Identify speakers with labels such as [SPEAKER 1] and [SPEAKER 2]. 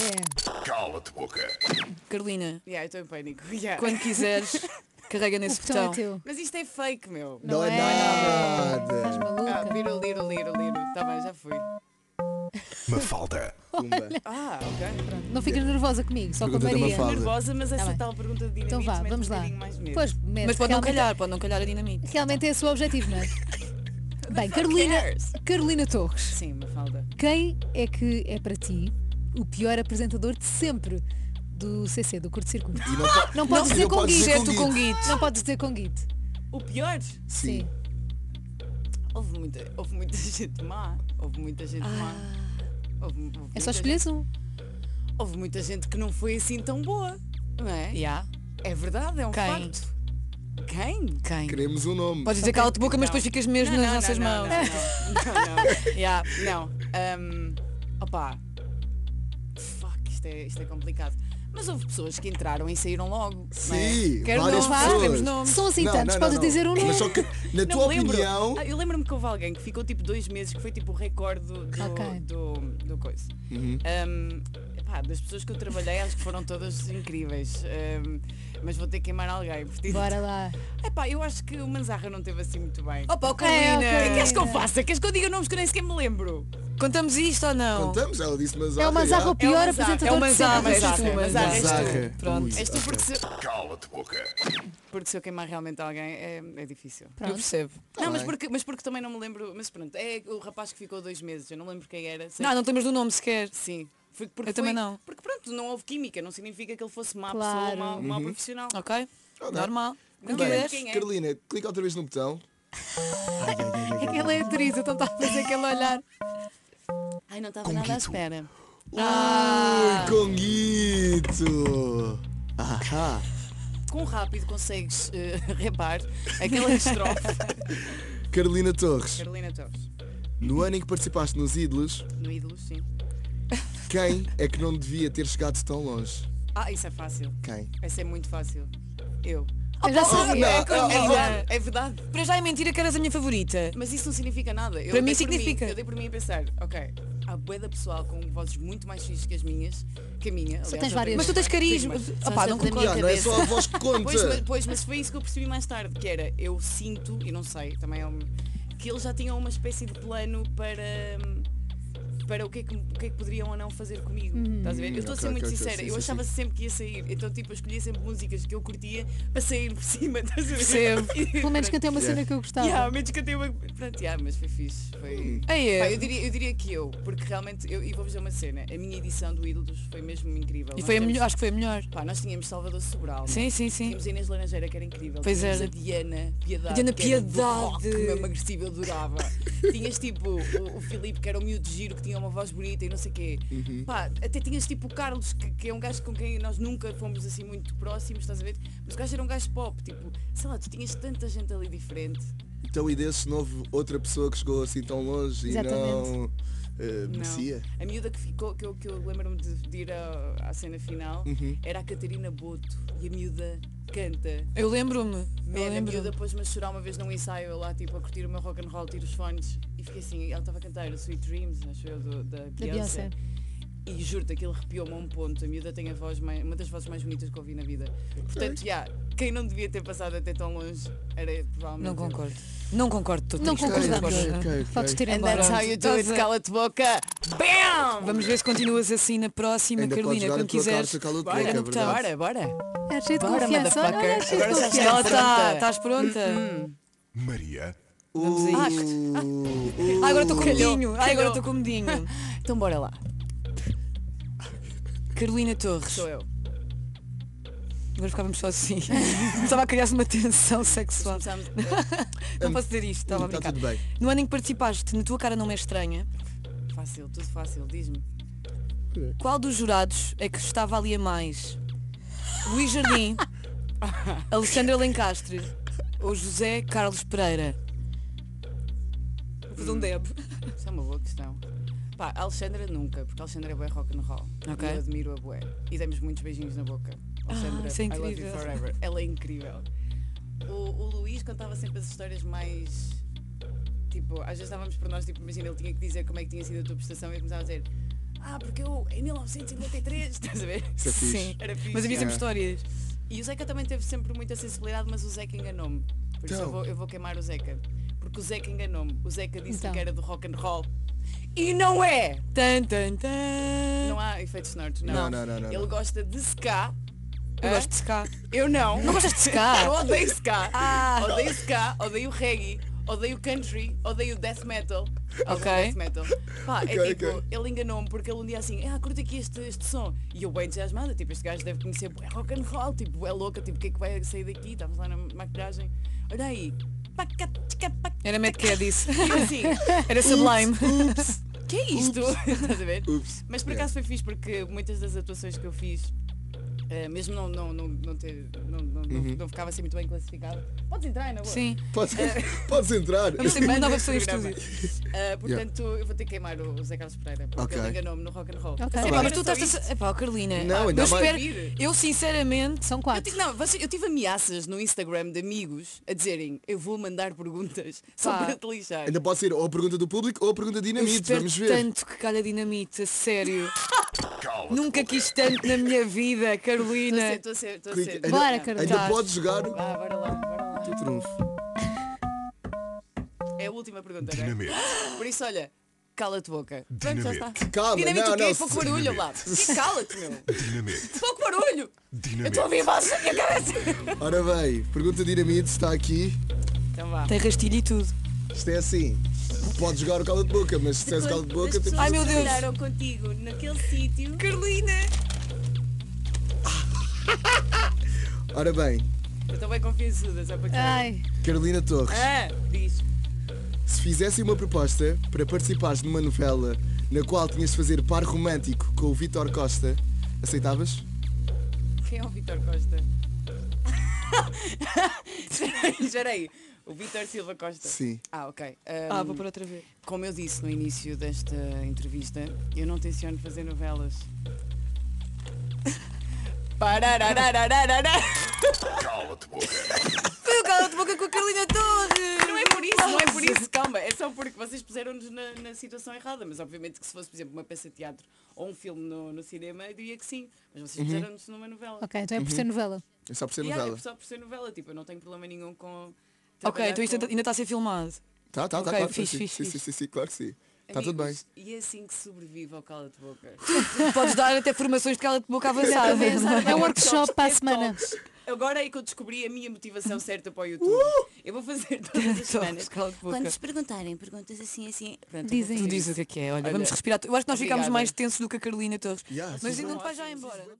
[SPEAKER 1] É.
[SPEAKER 2] Cala-te, boca.
[SPEAKER 3] Carolina,
[SPEAKER 4] Yeah, eu estou em pânico. Yeah.
[SPEAKER 3] quando quiseres, carrega nesse
[SPEAKER 1] O botão
[SPEAKER 3] botão.
[SPEAKER 1] é teu.
[SPEAKER 4] Mas isto é fake, meu.
[SPEAKER 1] Não,
[SPEAKER 5] é
[SPEAKER 1] Estás
[SPEAKER 5] nada.
[SPEAKER 4] Ah,
[SPEAKER 1] maluca?
[SPEAKER 4] little, little, little, little. Tá bem, já fui.
[SPEAKER 2] Mafalda.
[SPEAKER 5] Pumba.
[SPEAKER 4] Ah, ok.
[SPEAKER 1] Não ficas nervosa comigo, só com a
[SPEAKER 5] Pergunta da
[SPEAKER 1] Maria.
[SPEAKER 5] Mafalda.
[SPEAKER 4] Nervosa, mas essa
[SPEAKER 1] Tá bem.
[SPEAKER 4] tal pergunta de dinamite
[SPEAKER 1] Então vá,
[SPEAKER 4] mete
[SPEAKER 1] vamos
[SPEAKER 4] um
[SPEAKER 1] lá.
[SPEAKER 4] bocadinho mais medo.
[SPEAKER 1] Pois, mete,
[SPEAKER 3] Mas pode não
[SPEAKER 1] realmente-
[SPEAKER 3] calhar, pode não calhar a dinamite.
[SPEAKER 1] Realmente é esse o objetivo, não é? Bem, Carolina,
[SPEAKER 4] cares?
[SPEAKER 1] Carolina Torres,
[SPEAKER 4] Sim, uma falda.
[SPEAKER 1] quem é que é para ti o pior apresentador de sempre do CC, do curto-circuito?
[SPEAKER 5] E não po-
[SPEAKER 1] Não podes
[SPEAKER 5] não
[SPEAKER 1] dizer com
[SPEAKER 5] podes dizer
[SPEAKER 1] Guito.
[SPEAKER 5] com
[SPEAKER 1] com
[SPEAKER 5] Guito.
[SPEAKER 1] Guito. Não podes dizer com Guito.
[SPEAKER 4] O pior?
[SPEAKER 1] Sim.
[SPEAKER 4] Houve muita, houve muita gente má. Houve muita gente má.
[SPEAKER 3] Ah.
[SPEAKER 4] Houve,
[SPEAKER 1] É
[SPEAKER 4] houve muita
[SPEAKER 1] só escolheres um.
[SPEAKER 4] gente- houve muita gente que não foi assim tão boa. Não é?
[SPEAKER 3] Yeah.
[SPEAKER 4] É verdade, é um
[SPEAKER 3] Quem?
[SPEAKER 4] facto. Quem?
[SPEAKER 3] Quem?
[SPEAKER 5] Queremos um nome.
[SPEAKER 3] Podes dizer cala-te boca, mas depois ficas mesmo nas nossas mãos.
[SPEAKER 4] Não, não, não. Yeah, não. Um, opa. Fuck, isto é, isto é complicado. Mas houve pessoas que entraram e saíram logo. não é?
[SPEAKER 5] Sim,
[SPEAKER 3] Quero
[SPEAKER 5] várias
[SPEAKER 3] nomes,
[SPEAKER 5] pessoas.
[SPEAKER 3] queremos nomes.
[SPEAKER 1] São assim
[SPEAKER 5] Não,
[SPEAKER 1] tantos,
[SPEAKER 5] não,
[SPEAKER 1] podes
[SPEAKER 5] não, não.
[SPEAKER 1] dizer um
[SPEAKER 5] Mas
[SPEAKER 1] nome.
[SPEAKER 5] só que, na
[SPEAKER 4] Não
[SPEAKER 5] tua
[SPEAKER 4] me lembro.
[SPEAKER 5] opinião,
[SPEAKER 4] Ah, eu lembro-me que houve alguém que ficou tipo dois meses, que foi tipo o recorde do, do,
[SPEAKER 1] Ok.
[SPEAKER 4] do, do coisa.
[SPEAKER 5] Uhum.
[SPEAKER 4] Um, epá, das pessoas que eu trabalhei, acho que foram todas incríveis. Um, mas vou ter que queimar alguém. Porque,
[SPEAKER 1] Bora lá.
[SPEAKER 4] Epá, eu acho que o Manzarra não teve assim muito bem.
[SPEAKER 3] Opa, oh,
[SPEAKER 1] É,
[SPEAKER 3] Carolina,
[SPEAKER 1] ok.
[SPEAKER 4] O que queres que eu faça? Queres que eu diga nomes que eu nem sequer me lembro?
[SPEAKER 3] contamos isto ou não?
[SPEAKER 5] contamos, ela disse mas
[SPEAKER 1] É o Manzarra o pior
[SPEAKER 4] Manzarra.
[SPEAKER 1] apresentador
[SPEAKER 3] É o
[SPEAKER 1] de sempre.
[SPEAKER 3] Manzarra,
[SPEAKER 1] do
[SPEAKER 3] és
[SPEAKER 1] Curto
[SPEAKER 3] tu,
[SPEAKER 1] Circuito.
[SPEAKER 3] Manzarra, és
[SPEAKER 5] Manzarra.
[SPEAKER 3] tu. Pronto.
[SPEAKER 5] Ui.
[SPEAKER 4] És tu porque se,
[SPEAKER 2] Cala-te, boca.
[SPEAKER 4] porque se eu queimar realmente alguém é, é difícil.
[SPEAKER 3] Eu percebo.
[SPEAKER 4] não, mas
[SPEAKER 5] bem.
[SPEAKER 4] porque, mas porque também não me lembro. Mas pronto, é o rapaz que ficou dois meses, eu não lembro quem era. sei-
[SPEAKER 3] Não, não temos do nome sequer.
[SPEAKER 4] Sim. Foi porque
[SPEAKER 3] Eu também
[SPEAKER 4] foi-
[SPEAKER 3] não.
[SPEAKER 4] Porque pronto, não houve química, não significa que ele fosse má pessoa
[SPEAKER 1] Claro.
[SPEAKER 4] ou mau, mau profissional.
[SPEAKER 3] Ok?
[SPEAKER 5] Ok.
[SPEAKER 3] Normal. Não
[SPEAKER 4] Bem.
[SPEAKER 3] quiseres?
[SPEAKER 4] quem é.
[SPEAKER 5] Carolina, clica outra vez no botão.
[SPEAKER 1] É que ela é atriz, então está a fazer aquele olhar.
[SPEAKER 4] Ai, não estava nada à espera.
[SPEAKER 5] Ui, Conguito! Ahá!
[SPEAKER 4] Quão rápido consegues eh, reparar aquela estrofe?
[SPEAKER 5] Carolina Torres,
[SPEAKER 4] Carolina Torres,
[SPEAKER 5] no ano em que participaste nos Ídolos,
[SPEAKER 4] no ídolo, sim.
[SPEAKER 5] quem é que não devia ter chegado tão longe?
[SPEAKER 4] Ah, isso é fácil.
[SPEAKER 5] Quem?
[SPEAKER 4] Essa é muito fácil. Eu.
[SPEAKER 1] Eu já sabia.
[SPEAKER 4] é,
[SPEAKER 5] não,
[SPEAKER 4] verdade,
[SPEAKER 3] ah,
[SPEAKER 4] é,
[SPEAKER 3] ah,
[SPEAKER 4] verdade, é verdade.
[SPEAKER 3] Para já é mentira que eras a minha favorita.
[SPEAKER 4] Mas isso não significa nada. Eu
[SPEAKER 3] Para mim
[SPEAKER 4] dei por
[SPEAKER 3] significa.
[SPEAKER 4] eu dei por mim a pensar, ok, há bué da pessoal com vozes muito mais fixas que as minhas, que a minha.
[SPEAKER 1] Só
[SPEAKER 4] aliás,
[SPEAKER 1] tens
[SPEAKER 4] eu-
[SPEAKER 1] várias.
[SPEAKER 3] Mas tu tens carisma.
[SPEAKER 4] Sim, mas-
[SPEAKER 3] Opá, não
[SPEAKER 1] Só
[SPEAKER 3] concordo.
[SPEAKER 1] Minha
[SPEAKER 5] Ah, não é
[SPEAKER 1] cabeça.
[SPEAKER 5] só a voz que
[SPEAKER 4] Pois, mas,
[SPEAKER 5] conta!
[SPEAKER 4] pois, mas foi isso que eu percebi mais tarde, que era, eu sinto, e não sei, também é um, que eles já tinham uma espécie de plano para para o que, é que, o que é que poderiam ou não fazer comigo.
[SPEAKER 3] Uhum.
[SPEAKER 4] Estás a ver? Eu estou a ser
[SPEAKER 5] ok,
[SPEAKER 4] muito
[SPEAKER 5] ok,
[SPEAKER 4] sincera,
[SPEAKER 5] sim,
[SPEAKER 4] eu
[SPEAKER 5] sim,
[SPEAKER 4] achava sempre que ia sair, então tipo, eu escolhia sempre músicas que eu curtia para sair por cima, estás a ver?
[SPEAKER 3] Percebo.
[SPEAKER 1] Pelo menos cantei uma cena que eu gostava.
[SPEAKER 4] Yeah, ao menos cantei uma. Pronto, yeah, mas foi fixe. Foi...
[SPEAKER 3] Aí
[SPEAKER 5] Hum.
[SPEAKER 4] Pá,
[SPEAKER 3] é.
[SPEAKER 4] eu, diria, eu diria que eu, porque realmente, eu, e vou-vos dizer uma cena, a minha edição do Ídolos foi mesmo incrível.
[SPEAKER 3] E
[SPEAKER 4] Nós
[SPEAKER 3] foi a
[SPEAKER 4] temos-
[SPEAKER 3] melhor, acho que foi a melhor.
[SPEAKER 4] Pá, nós tínhamos Salvador Sobral.
[SPEAKER 3] Sim, sim, sim.
[SPEAKER 4] Tínhamos a Inês Laranjeira, que era incrível.
[SPEAKER 3] Pois
[SPEAKER 4] Tínhamos
[SPEAKER 3] era.
[SPEAKER 4] a Diana Piedade.
[SPEAKER 3] A Diana
[SPEAKER 4] que era do
[SPEAKER 3] Piedade.
[SPEAKER 4] rock, mesmo agressiva, eu adorava. tinhas tipo o, o Filipe, que era um miúdo giro, que tinha uma voz bonita e não sei quê.
[SPEAKER 3] Uhum.
[SPEAKER 4] Pá, até tinhas tipo o Carlos, que, que é um gajo com quem nós nunca fomos assim muito próximos, estás a ver? Mas o gajo era um gajo pop, tipo, sei lá, tu tinhas tanta gente ali diferente.
[SPEAKER 5] Então e desse novo outra pessoa que chegou assim tão longe e não
[SPEAKER 1] Exatamente.
[SPEAKER 5] eh,
[SPEAKER 4] Não.
[SPEAKER 5] merecia?
[SPEAKER 4] A miúda que ficou, que eu, que eu lembro-me de, de ir à, à cena final,
[SPEAKER 3] Uhum.
[SPEAKER 4] era a Catarina Boto. E a miúda canta.
[SPEAKER 3] Eu lembro-me. Eu
[SPEAKER 4] Man, a
[SPEAKER 3] lembro.
[SPEAKER 4] miúda pôs-me a chorar uma vez num ensaio, eu lá tipo a curtir o meu rock and roll, tiro os fones e fiquei assim, ela estava a cantar o Sweet Dreams, acho eu, do- da Beyoncé.
[SPEAKER 1] Beyoncé.
[SPEAKER 4] E juro-te, aquilo arrepiou-me a um ponto. A miúda tem a voz mais- uma das vozes mais bonitas que ouvi na vida. Portanto, já, quem não devia ter passado até tão longe era provavelmente.
[SPEAKER 3] Não
[SPEAKER 4] eu.
[SPEAKER 3] concordo. Não concordo totalmente.
[SPEAKER 1] Não concordamos.
[SPEAKER 5] Ok, ok, ok.
[SPEAKER 1] Podes ter
[SPEAKER 4] And
[SPEAKER 1] embora.
[SPEAKER 4] that's how you do
[SPEAKER 3] Estás
[SPEAKER 4] it,
[SPEAKER 3] a-
[SPEAKER 4] cala-te boca! BAM!
[SPEAKER 3] Vamos ver se continuas assim na próxima,
[SPEAKER 5] Ainda podes
[SPEAKER 3] Carolina,
[SPEAKER 5] dar a
[SPEAKER 3] quando
[SPEAKER 5] tua
[SPEAKER 3] quiseres.
[SPEAKER 5] carta cala-te
[SPEAKER 3] Olha,
[SPEAKER 5] boca, é
[SPEAKER 3] no botão.
[SPEAKER 5] verdade.
[SPEAKER 4] Bora, bora!
[SPEAKER 1] É cheio de
[SPEAKER 4] Bora,
[SPEAKER 1] confiança. Olha, olha, é
[SPEAKER 4] motherfucker.
[SPEAKER 1] cheio de
[SPEAKER 4] Agora já
[SPEAKER 1] confiança.
[SPEAKER 3] Ela está,
[SPEAKER 4] pronta.
[SPEAKER 3] Tá, estás pronta? Hum,
[SPEAKER 2] Maria.
[SPEAKER 3] Vamos a isto.
[SPEAKER 5] Uh,
[SPEAKER 3] Ah, agora estou com
[SPEAKER 4] Calhou,
[SPEAKER 3] medinho. Ah, agora
[SPEAKER 4] calhou.
[SPEAKER 3] estou com medinho.
[SPEAKER 4] Então bora lá.
[SPEAKER 3] Carolina Torres.
[SPEAKER 4] Sou eu.
[SPEAKER 3] Agora ficávamos só assim. Estava a criar-se uma tensão sexual.
[SPEAKER 4] Começamos.
[SPEAKER 3] Não posso dizer isto, estava a
[SPEAKER 5] Está
[SPEAKER 3] brincar.
[SPEAKER 5] tudo bem.
[SPEAKER 3] No ano em que participaste, na tua cara não é estranha,
[SPEAKER 4] Fácil, tudo fácil, diz-me.
[SPEAKER 3] qual dos jurados é que estava ali a mais? Luís Jardim, Alexandre Lencastre ou José Carlos Pereira? Vou fazer um deb.
[SPEAKER 4] Isso é uma boa questão. Pá, a Alexandra nunca, porque a Alexandra é bué rock and roll.
[SPEAKER 3] Ok.
[SPEAKER 4] E eu admiro a bué. E demos muitos beijinhos na boca. Alexandra,
[SPEAKER 3] isso é
[SPEAKER 4] I love you
[SPEAKER 3] incrível.
[SPEAKER 4] forever. Ela é incrível. O, o Luís contava sempre as histórias mais. Tipo, às vezes estávamos por nós, tipo, imagina, ele tinha que dizer como é que tinha sido a tua prestação e eu começava a dizer Ah, porque eu em 1953, estás a ver?
[SPEAKER 5] Isso é fixe.
[SPEAKER 3] Sim.
[SPEAKER 4] Era fixe.
[SPEAKER 3] Mas havia sempre
[SPEAKER 5] É.
[SPEAKER 3] histórias.
[SPEAKER 4] E o Zeca também teve sempre muita sensibilidade, mas o Zeca enganou-me. Por isso
[SPEAKER 5] Então.
[SPEAKER 4] eu, vou, eu vou queimar o Zeca. Porque o Zeca enganou-me. O Zeca disse
[SPEAKER 1] Então.
[SPEAKER 4] que era do rock and roll. E não é!
[SPEAKER 3] Tan, tan, tan.
[SPEAKER 4] Não é? há efeitos sonoros, não.
[SPEAKER 5] Não, não, não, não,
[SPEAKER 4] Ele
[SPEAKER 5] não.
[SPEAKER 4] gosta de ska.
[SPEAKER 3] Eu
[SPEAKER 4] Hã?
[SPEAKER 3] gosto de secar.
[SPEAKER 4] Eu não.
[SPEAKER 3] Não gostas de ska?
[SPEAKER 4] Eu odeio ska.
[SPEAKER 3] Ah.
[SPEAKER 4] Odeio ska, odeio reggae, odeio country, odeio death metal. Odeio
[SPEAKER 3] Ok.
[SPEAKER 4] Death metal. Pá, é
[SPEAKER 5] Ok,
[SPEAKER 4] tipo,
[SPEAKER 5] ok.
[SPEAKER 4] ele enganou-me porque ele um dia assim, ah, curta aqui este, este som. E eu bem entusiasmada, tipo, este gajo deve conhecer, bué rock and roll, tipo, é louca, tipo, o que é que vai sair daqui? Estávamos lá na maquilhagem. Olha aí.
[SPEAKER 3] Era Mad que disse.
[SPEAKER 4] E eu assim,
[SPEAKER 3] Era Sublime.
[SPEAKER 4] que é isto? Estás a ver?
[SPEAKER 5] Ups.
[SPEAKER 4] Mas por acaso foi fixe porque muitas das atuações que eu fiz, eh, mesmo não, não, não, não, ter, não, não, não-
[SPEAKER 5] Uhum.
[SPEAKER 4] não ficava assim muito bem classificada. Podes entrar, na boa.
[SPEAKER 3] Sim.
[SPEAKER 5] Podes,
[SPEAKER 4] É.
[SPEAKER 5] podes entrar.
[SPEAKER 3] Eu sempre mandava
[SPEAKER 4] Neste
[SPEAKER 3] pessoa em
[SPEAKER 4] programa.
[SPEAKER 3] estúdio.
[SPEAKER 4] Ah, portanto, eu vou ter que queimar o, o Zé Carlos Pereira, porque
[SPEAKER 5] Ok.
[SPEAKER 4] ele enganou-me no rock and roll.
[SPEAKER 1] Ok.
[SPEAKER 4] A sério,
[SPEAKER 3] Epá,
[SPEAKER 4] era
[SPEAKER 3] mas tu
[SPEAKER 4] só
[SPEAKER 3] estás
[SPEAKER 4] isso.
[SPEAKER 3] a... Epá, Carolina.
[SPEAKER 5] Não, ainda
[SPEAKER 3] eu
[SPEAKER 5] mais.
[SPEAKER 3] espero... Eu sinceramente... um
[SPEAKER 1] São
[SPEAKER 4] Eu
[SPEAKER 1] quatro.
[SPEAKER 4] tive, não, vocês- eu tive ameaças no Instagram de amigos a dizerem eu vou mandar perguntas só
[SPEAKER 3] Pá.
[SPEAKER 4] para te lixar.
[SPEAKER 5] Ainda pode ser ou a pergunta do público ou a pergunta de
[SPEAKER 3] Eu
[SPEAKER 5] dinamite.
[SPEAKER 3] espero
[SPEAKER 5] Vamos ver.
[SPEAKER 3] tanto que calha dinamite, a sério.
[SPEAKER 2] Cala-te.
[SPEAKER 3] Nunca
[SPEAKER 2] boca.
[SPEAKER 3] quis tanto na minha vida,
[SPEAKER 4] Estou a ser,
[SPEAKER 3] Carolina.
[SPEAKER 4] estou a ser, estou a
[SPEAKER 5] Clica.
[SPEAKER 4] ser.
[SPEAKER 5] Ainda-
[SPEAKER 1] Bora, Carol.
[SPEAKER 5] Ainda
[SPEAKER 3] Tá.
[SPEAKER 5] podes jogar o
[SPEAKER 4] Vá, bora lá, bora lá.
[SPEAKER 5] teu trunfo.
[SPEAKER 4] É a última pergunta, não é?
[SPEAKER 2] Dinamite.
[SPEAKER 4] Por isso, olha, cala-te boca. Pronto, já está.
[SPEAKER 2] Dinamite.
[SPEAKER 5] Calma,
[SPEAKER 4] Dinamite
[SPEAKER 5] Ah, não,
[SPEAKER 4] o quê? É
[SPEAKER 5] não,
[SPEAKER 4] Pouco
[SPEAKER 5] se-
[SPEAKER 4] barulho, lá. Que cala-te, meu.
[SPEAKER 2] Dinamite.
[SPEAKER 4] Pouco barulho. Eu
[SPEAKER 2] Dinamite.
[SPEAKER 4] estou a ouvir vozes na minha cabeça.
[SPEAKER 5] Ora bem, pergunta de dinamite está aqui.
[SPEAKER 4] Então vá.
[SPEAKER 3] Tem rastilho e tudo.
[SPEAKER 5] Isto é assim. Podes jogar o cala de boca, mas se disseres cala de boca, temos
[SPEAKER 3] Ai, meu Deus.
[SPEAKER 4] trabalharam contigo naquele sítio.
[SPEAKER 3] Carolina!
[SPEAKER 5] Ora bem,
[SPEAKER 4] Eu estou bem confiançuda, só para que
[SPEAKER 1] Ai,
[SPEAKER 5] Carolina Torres,
[SPEAKER 4] Ah, diz.
[SPEAKER 5] se fizessem uma proposta para participares numa novela na qual tinhas de fazer par romântico com o Vítor Costa, aceitavas?
[SPEAKER 4] Quem é o Vitor Costa? Espera aí, Espera aí. O Vitor Silva Costa.
[SPEAKER 5] Sim.
[SPEAKER 4] Ah, ok.
[SPEAKER 3] Ah,
[SPEAKER 4] Ahm,
[SPEAKER 3] vou pôr outra vez.
[SPEAKER 4] Como eu disse no início desta entrevista, eu não tenciono fazer novelas. Pararararararará.
[SPEAKER 2] Cala-te boca.
[SPEAKER 3] Foi o cala de boca com a Carolina Torres!
[SPEAKER 4] Não é por isso, não é por isso, calma. É só porque vocês puseram-nos na, na situação errada. Mas obviamente que se fosse, por exemplo, uma peça de teatro ou um filme no, no cinema, eu diria que sim. Mas vocês
[SPEAKER 5] Uhum.
[SPEAKER 4] puseram-nos numa novela.
[SPEAKER 1] ok, então é por ser novela.
[SPEAKER 5] É só por ser
[SPEAKER 4] E yeah,
[SPEAKER 5] novela.
[SPEAKER 4] é só por ser novela, tipo, eu não tenho problema nenhum com.
[SPEAKER 3] Ok,
[SPEAKER 4] trabalhar
[SPEAKER 3] então isto
[SPEAKER 4] com-
[SPEAKER 3] ainda está a ser filmado.
[SPEAKER 5] Tá, tá, tá,
[SPEAKER 3] Ok,
[SPEAKER 5] claro. que
[SPEAKER 3] fixe,
[SPEAKER 5] sim,
[SPEAKER 3] fixe,
[SPEAKER 5] sim,
[SPEAKER 3] fixe.
[SPEAKER 5] sim, sim, sim, claro que sim. Está Tá tudo bem.
[SPEAKER 4] Amigos, E é assim que sobrevive ao cala de boca.
[SPEAKER 3] Podes dar até formações de cala de boca avançada.
[SPEAKER 1] É um workshop para a semana.
[SPEAKER 4] Agora é que eu descobri a minha motivação certa para o YouTube. Eu vou fazer todas as semanas.
[SPEAKER 3] Cala de boca.
[SPEAKER 6] Quando nos perguntarem perguntas assim, assim, pronto,
[SPEAKER 1] Dizem
[SPEAKER 3] Tu
[SPEAKER 1] isso.
[SPEAKER 3] dizes o que é que é, olha,
[SPEAKER 4] Olha,
[SPEAKER 3] vamos respirar. Eu acho que nós ficámos
[SPEAKER 4] obrigada.
[SPEAKER 3] mais tensos do que a Carolina Torres.
[SPEAKER 5] Yeah.
[SPEAKER 3] Mas ainda não te vais já embora.